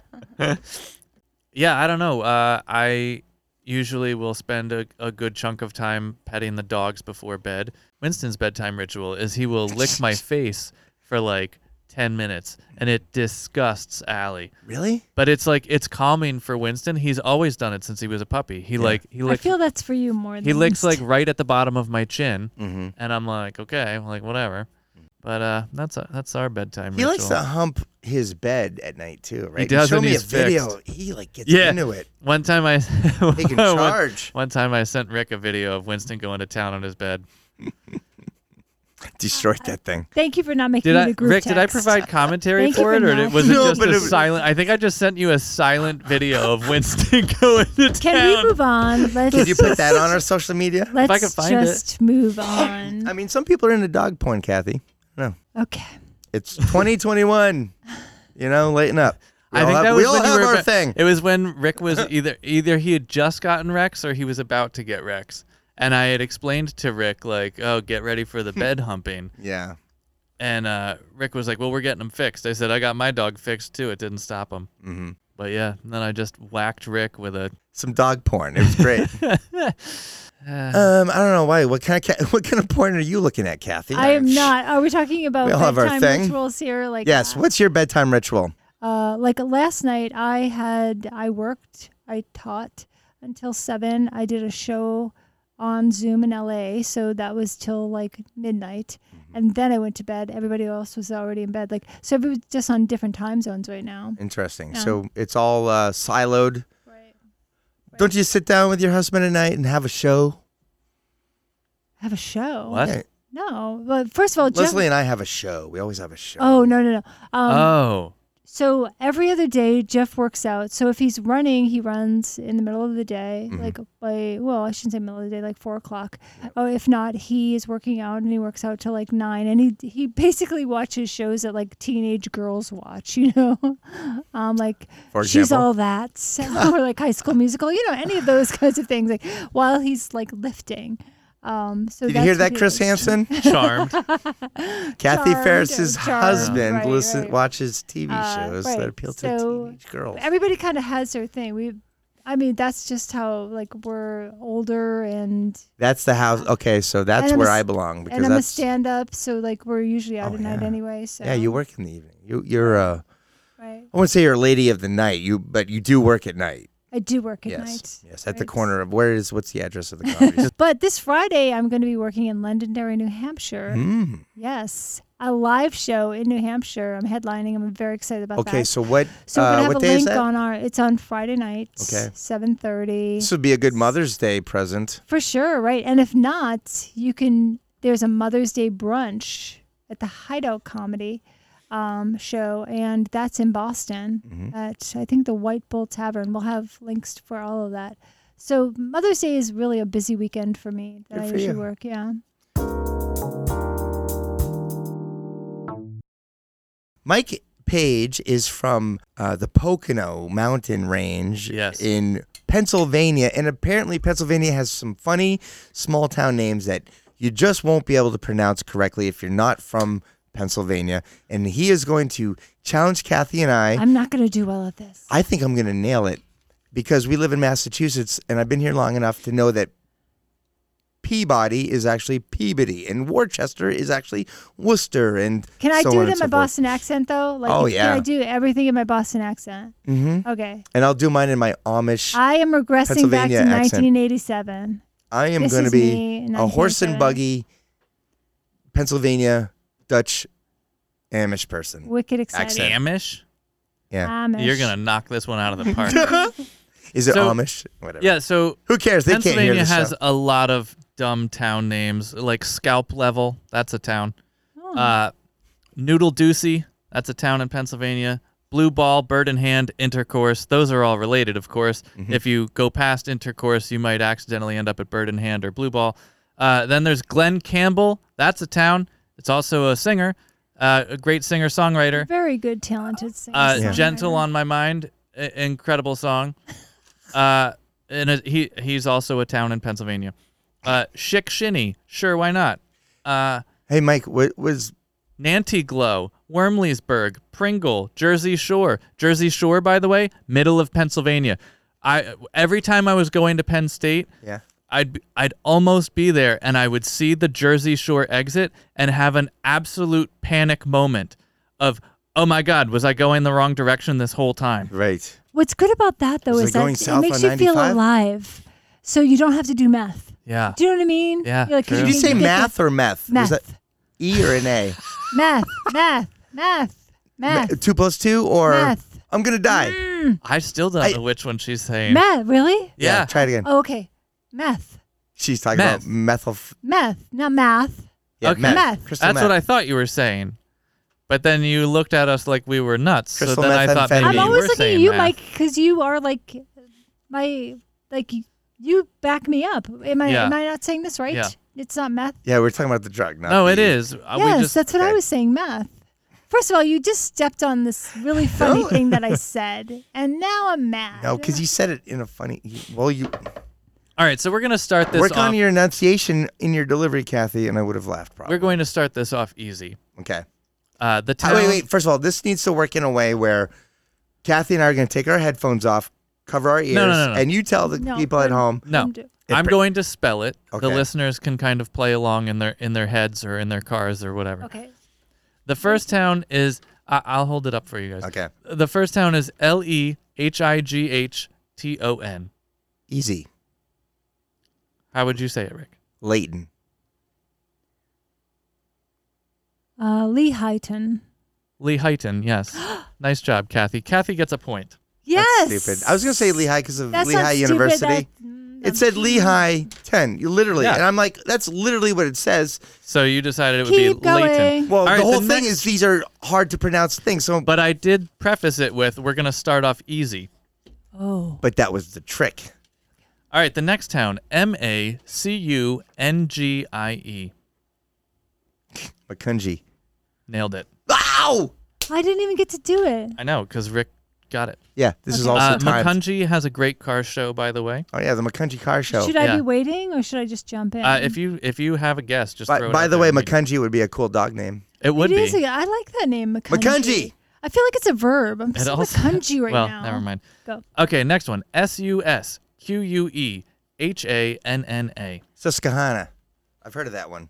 yeah, I don't know. Uh, I usually will spend a, a good chunk of time petting the dogs before bed. Winston's bedtime ritual is he will lick my face for like 10 minutes, and it disgusts Allie.
really?
But it's like it's calming for Winston. He's always done it since he was a puppy. He like he
I
licks
feel that's for you more. Than
he licks like
most.
right at the bottom of my chin,
Mm-hmm.
and I'm like okay, I'm like whatever. But uh, that's that's our bedtime.
He
ritual.
likes to hump his bed at night too, right?
does
Show
when
me
he's
a video. He like gets
Yeah.
into it.
One time I
He can
one-
charge.
One time I sent Rick a video of Winston going to town on his bed.
Destroyed that thing.
Thank you for not making
Did
me
I,
the group
Rick? Did I
text.
provide commentary
Thank you
for it,
for
or did,
not-
was it
No,
just
but
a
it-
silent? I think I just sent you a silent video of Winston going to town.
Can we move on? Let's
Did you put that on our social media?
Let's
I could find it.
just move on.
I mean, some people are into dog porn, Kathy. No.
Okay.
It's 2021. you know, lighten up. We
I
all
think
have,
that was
we all
when you
have
were
our
about-
thing.
It was when Rick was either either he had just gotten Rex or he was about to get Rex, and I had explained to Rick like, "Oh, get ready for the bed humping,"
yeah.
and uh, Rick was like, "Well, we're getting him fixed." I said, "I got my dog fixed too. It didn't stop him."
Mm-hmm.
But yeah, and then I just whacked Rick with a
Some dog porn. It was great.
Uh.
um, I don't know why. What kind of ca- what kind of porn are you looking at, Kathy?
I am not. Are we talking about
We all have our
bedtime
thing.
rituals here? Like
Yes. What's your bedtime ritual?
Uh, like last night, I had I worked, I taught until seven. I did a show on Zoom in LA, so that was till like midnight,
Mm-hmm.
and then I went to bed. Everybody else was already in bed, like so. Everybody's just on different time zones right now.
Interesting.
Yeah.
So it's all uh, siloed.
Right.
Don't you sit down with your husband at night and have a show?
have a show.
What?
Yeah.
No. Well, first of all, Jeff.
Leslie and I have a show. We always have a show.
Oh no no no. Um,
oh,
So every other day, Jeff works out. So if he's running, he runs in the middle of the day,
Mhm.
like by well, I shouldn't say middle of the day, like four o'clock. Oh, if not, he is working out and he works out till like nine. And he he basically watches shows that like teenage girls watch, you know, um, like
For
she's
example?
all that, so, or like High School Musical, you know, any of those kinds of things. Like while he's like lifting. Um, so
Did you hear
that's
that,
what he
Chris
does.
Hansen?
charmed.
Kathy
Charmed,
Ferris's
charmed,
husband
right,
listen,
right.
watches TV
Uh,
shows
right,
that appeal to
so
teenage girls.
everybody kind of has their thing. We, I mean, that's just how like we're older and
that's the house. Okay, so that's
I'm a
where
s-
I belong because
and I'm a
that's
stand up, so like we're usually out
Oh,
at night
yeah.
anyway. So
yeah. You work in the evening. You, you're a
Right.
I wouldn't say you're a lady of the night. You but you do work at night.
I do work at
yes,
night.
yes. At the
right?
corner of where is what's the address of the coffee?
But this Friday, I'm going to be working in Londonderry, New Hampshire.
mm.
Yes, a live show in New Hampshire. I'm headlining. I'm very excited about
Okay,
that.
so what?
so we're
uh,
gonna have
what
a
day is
link
that?
on our. It's on Friday night.
Okay.
Seven thirty.
This would be a good Mother's Day present.
For sure, right? And if not, you can. There's a Mother's Day brunch at the Hideout Comedy um, show, and that's in Boston
Mm-hmm.
at I think the White Bull Tavern. We'll have links for all of that. So Mother's Day is really a busy weekend for me that
Good
I
for
usually
you.
work. Yeah.
Mike Page is from uh, the Pocono Mountain Range
Yes.
in Pennsylvania. And apparently, Pennsylvania has some funny small town names that you just won't be able to pronounce correctly if you're not from Pennsylvania. And he is going to challenge Kathy and I.
I'm not going to do well at this.
I think I'm going to nail it because we live in Massachusetts and I've been here long enough to know that Peabody is actually Peabody and Worcester is actually Worcester. And
Can I
so
do
on
it
and
in
so forth.
my Boston accent though? Like,
Oh,
Can
yeah.
I do everything in my Boston accent? Mm-hmm. Okay.
And I'll do mine in my Amish.
I am regressing back to
Pennsylvania accent.
1987.
I am
This
going to
is me
be
in
a horse and
1987.
buggy, Pennsylvania, Dutch, Amish person.
Wicked exciting.
Accent.
Amish?
Yeah.
Amish.
You're gonna knock this one out of the park.
Is it
So-
Amish? Whatever.
yeah. So
Who cares? They can't hear
Pennsylvania
this
has
show.
a lot of dumb town names, like Scalp Level. That's a town. Uh, Noodle Doocy. That's a town in Pennsylvania. Blue Ball, Bird in Hand, Intercourse. Those are all related, of course.
Mm-hmm.
If you go past Intercourse, you might accidentally end up at Bird in Hand or Blue Ball. Uh, then there's Glenn Campbell. That's a town. It's also a singer, uh, a great singer songwriter.
Very good, talented singer.
uh,
Yeah.
"Gentle on My Mind," I- incredible song. Uh, and it, he he's also a town in Pennsylvania. Uh, Schick Shinny, sure, why not? Uh,
Hey, Mike, what was
Nantiglow, Wormleysburg, Pringle, Jersey Shore. Jersey Shore, by the way, middle of Pennsylvania. I every time I was going to Penn State,
yeah?
I'd I'd almost be there and I would see the Jersey Shore exit and have an absolute panic moment of oh my god, was I going the wrong direction this whole time?
Right.
What's good about that though
Was
is
it going
that it
south
makes
on
you feel
95?
alive, so you don't have to do math.
Yeah.
Do you know what I mean?
Uh, Yeah,
You're like,
true.
Did
Did
you
can
say
get
math or meth?
the- Math.
Was that E or an A?
math. Math. Math. Math.
Ma- Two plus two or
Meth.
I'm gonna die.
I still don't
I-
know which one she's saying.
Math. Really?
Yeah.
Try it again.
Oh, okay. Math.
She's talking
Meth.
about methyl. F-
Math. Not math.
yeah,
Okay.
meth.
Meth.
Crystal
That's
meth.
what I thought you were saying. But then you looked at us like we were nuts.
Crystal
so then I thought maybe
methamphetamine.
you
I'm always
were
looking at
saying
you,
math.
Mike, because you are like my like you back me up. Am I
Yeah.
am I not saying this right?
Yeah.
It's not math.
Yeah, we're talking about the drug. Not
No,
the-
it is. Uh, we
yes,
just-
that's what I
okay.
was saying, math. First of all, you just stepped on this really funny thing that I said, and now I'm mad.
No, because you said it in a funny. you- Well, you
All right, so we're going to start this
work
off.
on your enunciation in your delivery, Kathy, and I would have laughed probably.
We're going to start this off easy.
okay.
Uh, the town
Oh, wait, wait. First of all, this needs to work in a way where Kathy and I are going to take our headphones off, cover our ears,
no, no, no.
and you tell the
No,
people at
we're-
home.
No,
Him do.
I'm
It-
going to spell it. The
Okay.
listeners can kind of play along in their in their heads or in their cars or whatever.
Okay.
The first town is I- I'll hold it up for you guys.
Okay.
The first town is L E H I G H T O N.
Easy.
How would you say it, Rick?
Leighton.
Uh, Lee Hyten. Uh,
Lehighton. Yes. nice job, Kathy. Kathy gets a point.
Yes.
That's stupid. I was gonna say Lehigh because of
That's not
Lehigh
stupid, mm,
University.
that's-
It said Lehigh 10, you literally.
Yeah.
And I'm like, that's literally what it says.
So you decided it would
Keep
be Leighton.
going.
Well,
All right,
the whole thing
next-
is these are hard to pronounce things. So, but,
But I did preface it with we're going to start off easy.
Oh.
that was the trick.
All right, the next town, M A C U N G I E.
Makunji.
Nailed it.
Ow!
I didn't even get to do it.
I know because Rick got it.
Yeah, this is
Okay.
also
Uh,
timed.
Makunji has a great car show, by the way.
oh yeah, the Makunji car show.
Should I
Yeah.
be waiting or should I just jump in?
Uh, if you if you have a guess, just throw
By,
it
by
out
the
there
way,
and we-
Makunji would be a cool dog name.
It would
It
be.
is a- I like that name, Makunji.
Makunji.
I feel like it's a verb. I'm
It
so
also-
Makunji right
well,
now.
never mind.
Go.
Okay, next one. S U S Q U E H A N N A.
Susquehanna. I've heard of that one.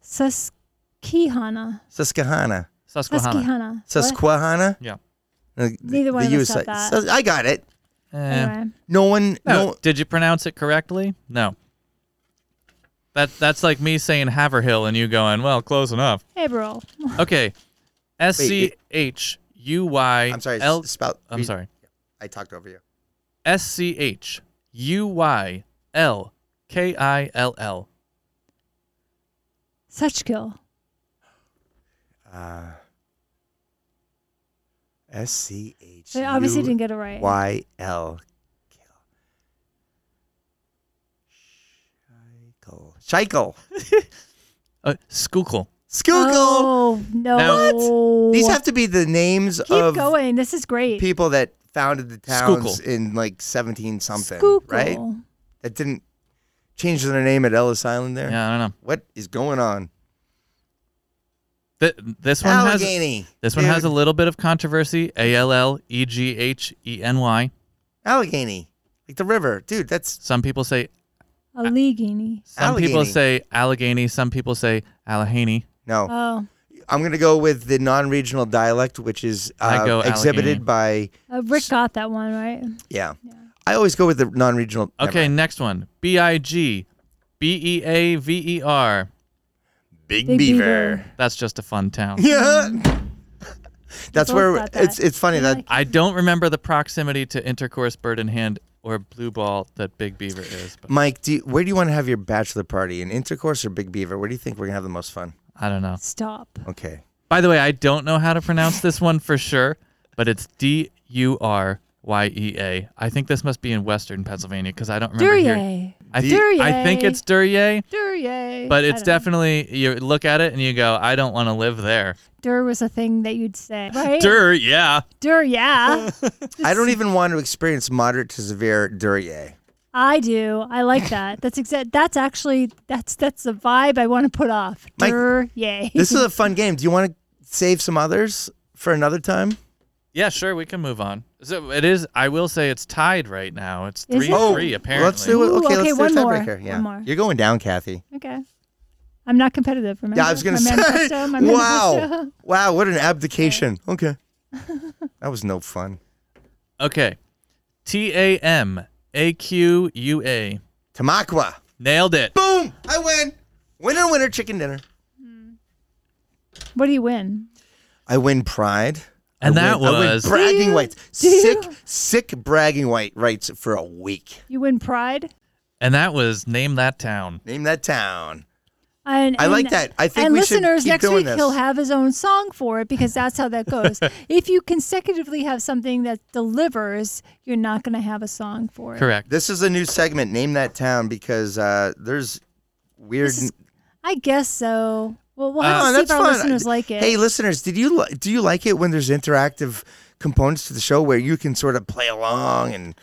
Susquehanna.
Susquehanna.
Susquehanna.
Susquehanna. What?
Susquehanna.
Yeah.
Uh, th-
Neither one of
U is
us got
like-
that.
Sus- I got it.
Eh.
Anyway.
No one.
No,
no
Did you pronounce it correctly? No. That that's like me saying Haverhill and you going, well, close enough.
April.
Okay. S C H U Y
I'm sorry.
L
s- spout.
I'm
re-
sorry.
I talked over you.
S C H U Y L K I L L.
Suchkill.
Uh, S C H.
I obviously didn't get it right.
Y L. Scheikel. Scheikel.
Uh, Schuylkill.
Schuylkill.
Oh, no.
Now-
These have to be the names
Oh. Keep
of
going. This is great.
people that founded the towns
Schuylkill.
in like 17 something,
Schuylkill.
right? That didn't change their name at Ellis Island there.
Yeah, I don't know.
What is going on?
Th- this one has
Allegheny.
this one has a
dude.
little bit of controversy. A L L E G H E N Y.
Allegheny. Like the river. Dude, that's
Some people say
Allegheny.
some people
Allegheny.
say Allegheny. Some people say Allegheny.
no.
Oh,
I'm going to go with the non regional dialect, which is
I
uh,
go
exhibited by.
uh, Rick got that one right.
Yeah. I always go with the non regional.
Okay, next one. B I G B E A V E R.
Big,
Big
Beaver.
That's just a fun town.
Yeah. That's
both
where
got that.
it's it's funny that
I don't remember the proximity to intercourse bird in hand or blue ball that Big Beaver is, but
Mike, do you, where do you want to have your bachelor party? In intercourse or Big Beaver? Where do you think we're gonna have the most fun?
I don't know.
Stop.
Okay.
By the way, I don't know how to pronounce this one for sure, but it's D U R Y E A. I think this must be in western Pennsylvania because I don't remember here.
Duryea.
I, thi- I think
Duryea.
it's Duryea,
Duryea.
but
I
it's
don't know.
definitely you look at it and you go, I don't want to live there.
Dur was a thing that you'd say, right?
Dur, yeah.
Dur, yeah.
I don't even want to experience moderate to severe Duryea.
I do. I like that. That's exact. That's actually that's that's the vibe I want to put off.
Mike,
Dur, yay.
This is a fun game. Do you want to save some others for another time?
Yeah, sure, we can move on. So it is. I will say it's tied right now. It's
Is
three
it? Oh,
three apparently.
Let's do it.
Ooh,
Okay,
okay,
let's
one
do a
more,
tiebreaker.
one
Yeah,
more.
you're going down, Kathy.
okay. I'm not competitive. Remember?
Yeah, I was gonna
My
say.
manifesto, my
wow,
manifesto.
wow, what an abdication. Okay, that was no fun.
Okay. T A M A Q U A.
Tamaqua.
Nailed it.
Boom! I win. Winner, winner, chicken dinner.
What do you win?
I win pride.
And
I
that
win- I win
was-
bragging
Do you-
rights.
do you-
Sick, sick bragging white rights for a week.
You win pride.
And that was name that town.
Name that town.
And,
I
and-
like that. I think
and
we should
listeners,
keep
next
doing
week
this.
he'll have his own song for it because that's how that goes. if you consecutively have something that delivers, you're not going to have a song for it.
Correct.
This is a new segment. Name that town because uh, there's weird.
This is- I guess so. Well, we'll have
Oh,
to see if our listeners like it.
Hey, listeners, did you li- do you like it when there's interactive components to the show where you can sort of play along and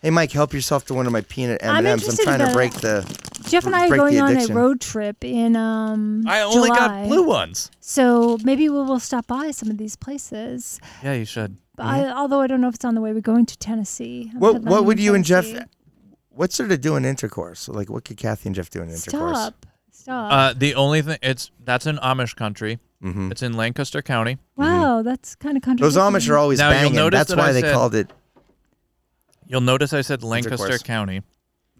hey, Mike, help yourself to one of my peanut M
I'm
and M's. I'm
interested
trying to
about-
break the.
Jeff and I are
break the
going on a
addiction.
road trip in um
I only
July.
got blue ones.
So maybe we will stop by some of these places.
Yeah, you should.
But I, although I don't know if it's on the way, we're going to Tennessee. I'm
Mm-hmm. What
headlining
What would
in
you and Jeff?
Tennessee.
What's there to do in intercourse? Like, what could Kathy and Jeff do in intercourse?
Stop. Stop.
Uh, the only thing it's that's in Amish country. It's in Lancaster County.
wow, that's kind of
Uh, mm-hmm. Those
contradictory.
Amish are always
Now, you'll
banging.
notice
That's
that
why
I
they
said-
called it
You'll notice I said Lancaster
Intercourse.
County,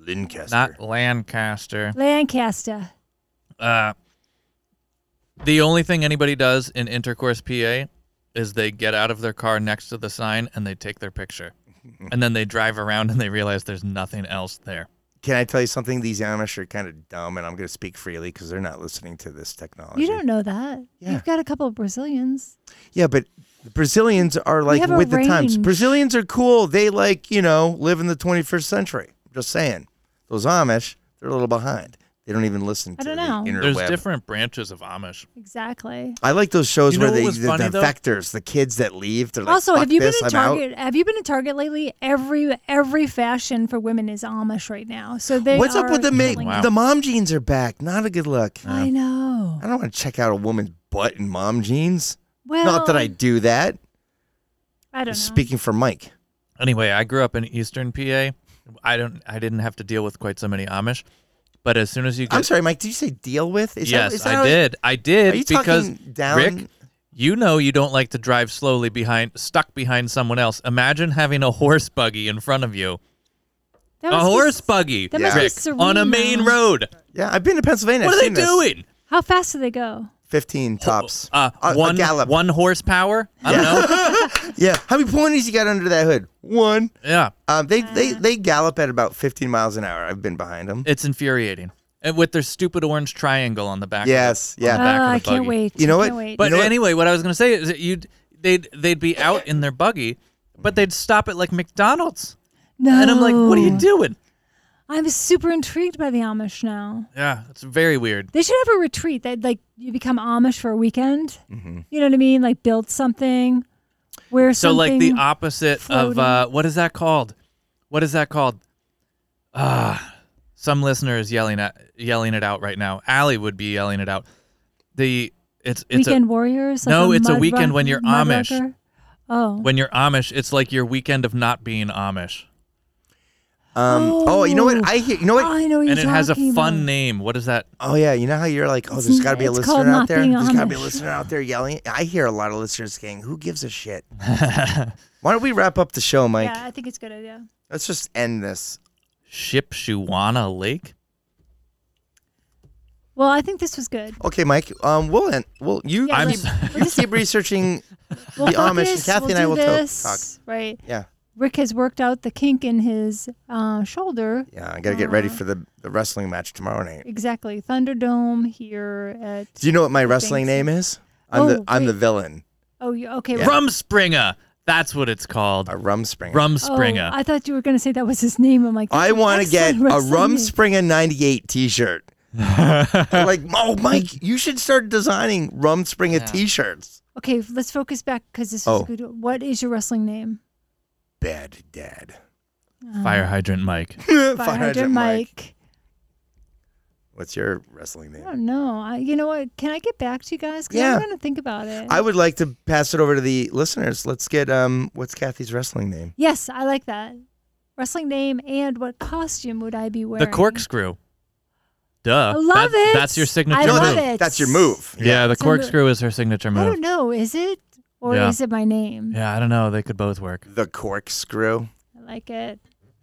Lincaster.
not Lancaster.
Lancaster.
Uh, the only thing anybody does in intercourse PA is they get out of their car next to the sign and they take their picture. and then they drive around and they realize there's nothing else there.
Can I tell you something? These Amish are kind of dumb, and I'm going to speak freely because they're not listening to this technology.
You don't know that.
Yeah.
You've got a couple of Brazilians.
Yeah, but the Brazilians are like
have a
with the times.
range.
Brazilians are cool. They like, you know, live in the 21st century. Just saying. Those Amish, they're a little behind. They don't even listen to
I don't
the
know.
interweb.
There's different branches of Amish.
Exactly.
I like those shows
You know
where
what
they,
was
the
funny, though?
defectors, the kids that leave, they're like,
also,
"Fuck
have you
this,
been to
I'm out."
Target? Have you been to Target lately? Every every fashion for women is Amish right now. So they
What's up
are
with the ma-
killing
Wow.
it.
the mom jeans are back? Not a good look.
I know.
I don't want to check out a woman's butt in mom jeans.
Well,
Not that I do that.
I don't know.
Speaking for Mike.
Anyway, I grew up in Eastern PA. I don't. I didn't have to deal with quite so many Amish. But as soon as you get,
I'm sorry, Mike. Did you say deal with? Is that-
yes,
is that
I
how-
did. I did
Are you
because
talking down?
Rick, you know you don't like to drive slowly behind, stuck behind someone else. Imagine having a horse buggy in front of you.
That
a
must be-
horse buggy,
that
must be
Rick, on a
serene,
main
though.
road.
Yeah, I've been to Pennsylvania.
what
I've
are they
seen this.
doing?
How fast do they go?
15 tops.
Uh,
A- a
one
gallop.
one horsepower. I don't know.
Yeah. How many ponies you got under that hood? One.
yeah,
Um, they, they
Uh.
they gallop at about 15 miles an hour. I've been behind them.
it's infuriating. And with their stupid orange triangle on the back. of
Yes.
the- on the
Yeah.
back of
Oh,
the
I can't
buggy.
wait.
You know
I
what?
can't wait.
But
know what-
anyway, what I was gonna say is that you'd they'd they'd be out in their buggy, but they'd stop at like McDonald's,
no.
and I'm like, what are
Oh.
you doing?
I'm super intrigued by the Amish now.
Yeah, it's very weird.
They should have a retreat that like you become Amish for a weekend.
Mm-hmm.
You know what I mean? Like build something, wear
So like
something.
the opposite of
floating.
uh, what is that called? What is that called? Ah, some listener is yelling at yelling it out right now. Allie would be yelling it out. The it's it's a,
weekend warriors. Like
No, it's a
mud
weekend
rock-
when you're
mud
Amish.
rocker? Oh,
when you're Amish, it's like your weekend of not being Amish,
Um, oh. you know what? I hear. You know what?
Oh, I know what you're
and it has a
talking
fun
about.
name. What is that?
Oh yeah. You know how you're like, oh, there's got to be a
it's called
listener out
not
there.
being
There's got to be a
Amish.
listener out there yelling. I hear a lot of listeners saying, "Who gives a shit?" Why don't we wrap up the show, Mike?
yeah, I think it's a good idea.
Let's just end this.
Shipshewana Lake.
Well, I think this was good.
Okay, Mike. Um, we'll end. Well, you
Yeah,
I'm
keep,
let's-
you keep researching the Amish, and
Focus,
Kathy
we'll
and I
do
will to-
this.
talk.
Right.
Yeah.
Rick has worked out the kink in his uh, shoulder.
Yeah, I got to get ready for the, the wrestling match tomorrow night.
Exactly. Thunderdome here at.
Do you know what my wrestling
Thanks.
name is? I'm the
Oh,
I'm the
wait.
villain.
Oh, you okay. well-
Rumspringa. That's what it's called.
A rumspringer.
Oh,
Rumspringa.
I thought you were going to say that was his name. I'm like,
I want to get a
rumspring.
Rumspringer 98 t-shirt. They're like, oh, Mike, you should start designing Rumspringer t-shirts.
Okay, let's focus back because this is
Oh.
good. What is your wrestling name?
Bad dad.
Fire hydrant Mike.
Fire
Hydrant
hydrant
Mike.
What's your wrestling
I
name?
don't know. I, you know what? Can I get back to you guys? 'Cause
Yeah.
I'm going to think about it.
I would like to pass it over to the listeners. Let's get um what's Kathy's wrestling name?
yes, I like that. Wrestling name and what costume would I be wearing?
The corkscrew. Duh.
I love
That-
it.
That's your
I
signature
love
move.
it.
That's your move.
Yeah, the
It's under-
corkscrew is her signature
I
move.
don't know. Is it? Or
Yeah.
is it my name?
Yeah, I don't know. They could both work.
The corkscrew.
I like it.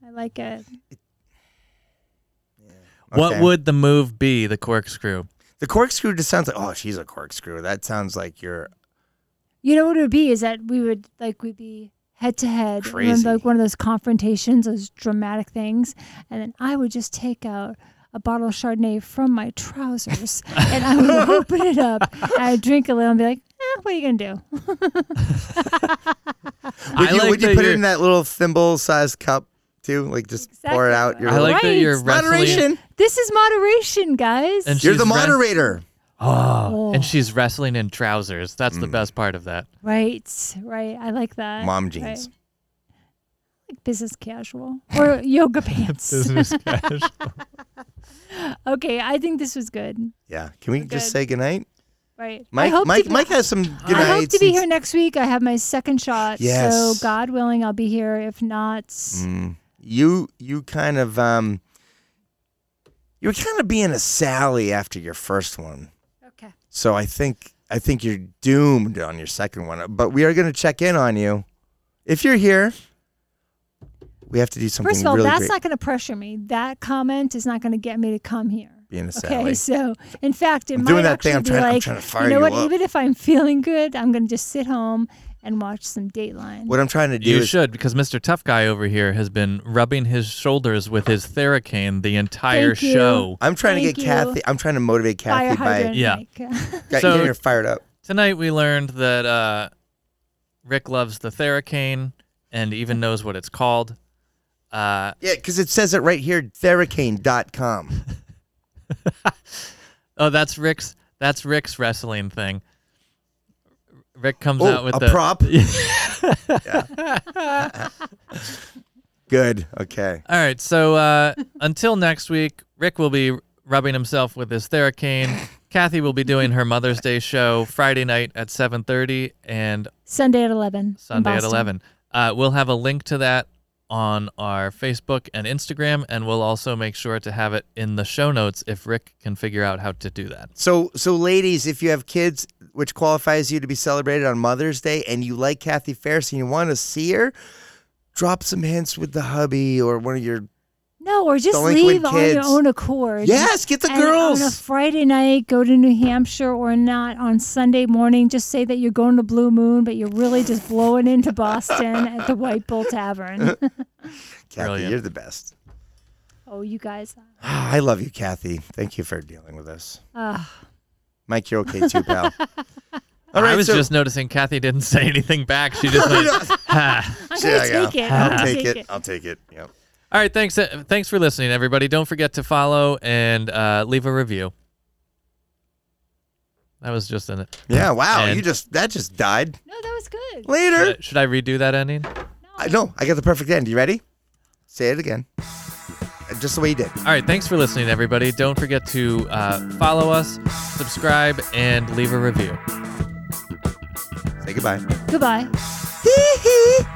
I like it.
What
Okay.
would the move be, the corkscrew?
The corkscrew just sounds like, oh, she's a corkscrew. That sounds like you're
You know what it would be is that we would like we'd be head to head, and then,
Crazy.
like one of those confrontations, those dramatic things, and then I would just take out a bottle of Chardonnay from my trousers and I would open it up. and I'd drink a little and be like, eh, "What are you gonna do?"
Would
I
you,
like
would you
that
put it
you're-
in that little thimble-sized cup too? Like just pour it
Exactly.
out. Your
I like that
Right.
you're wrestling.
moderation.
This is moderation, guys.
And
You're
she's
the
wrest-
moderator.
Oh,
Oh.
and she's wrestling in trousers. That's
Mm.
the best part of that.
right, right. I like that.
Mom
Right.
jeans.
Like business casual or yoga pants. okay, I think this was good.
Yeah. Can we just say goodnight?
Right.
Mike
I hope to
Mike
be-
Mike has some good
I hope to
nights
be
and-
here next week. I have my second shot.
Yes.
So God willing, I'll be here. If not,
Mm. You you kind of um you were kind of being a Sally after your first one.
okay.
So I think I think you're doomed on your second one. But we are gonna check in on you. If you're here, we have to do something
First of all,
really
that's
great
not going to pressure me. That comment is not going to get me to come here.
being a
Okay,
Sally.
so in fact, it
I'm
might
doing that
actually
thing. I'm
be
trying- I'm
like,
trying to fire
you know
you
what?
up.
Even if I'm feeling good, I'm going to just sit home and watch some Dateline.
What I'm trying to do
You
is
should, because Mr. Tough Guy over here has been rubbing his shoulders with his Theracane the entire
Thank you.
show.
I'm trying
Thank
to get
you.
Kathy. I'm trying to motivate
Fire
Kathy
hydrant.
by
Yeah.
Nick.
got,
So-
getting her fired up.
Tonight we learned that uh, Rick loves the Theracane and even knows what it's called. Uh,
Yeah, because it says it right here, Theracane.com.
oh, that's Rick's. That's Rick's wrestling thing. Rick comes out
Oh,
with
a
the
prop. Yeah. Good. Okay.
All right. So uh, until next week, Rick will be rubbing himself with his Theracane. Kathy will be doing her Mother's Day show Friday night at 7:30 and
Sunday at 11. in
Sunday at
Boston.
11. Uh, we'll have a link to that on our Facebook and Instagram, and we'll also make sure to have it in the show notes if Rick can figure out how to do that.
So, so ladies, if you have kids, which qualifies you to be celebrated on Mother's Day, and you like Kathy Ferris and you want to see her, drop some hints with the hubby or one of your.
No, or just
Delinquent
leave on your
kids.
own accord.
Yes, get the
And
girls.
on a Friday night, go to New Hampshire or not on Sunday morning. Just say that you're going to Blue Moon, but you're really just blowing into Boston at the White Bull Tavern.
Kathy,
Brilliant.
you're the best.
oh, you guys.
I love you, Kathy. Thank you for dealing with us.
Uh,
Mike, you're okay too, pal. All
I
right,
was
so-
just noticing Kathy didn't say anything back. She just went, "Ha."
I'm
Yeah,
going to
yeah.
take it. I'm
I'll
gonna
take it. I'll take it. Yep.
All right, thanks, uh, thanks for listening, everybody. Don't forget to follow and uh, leave a review. That was just in it.
Yeah. Wow.
And-
you just that just died.
No, that was good.
Later.
Should I, should I redo that ending?
I, no, I got the perfect end. You ready? Say it again. Uh, Just the way you did.
All right, thanks for listening, everybody. Don't forget to uh, follow us, subscribe, and leave a review.
Say goodbye.
Goodbye.
Hee hee.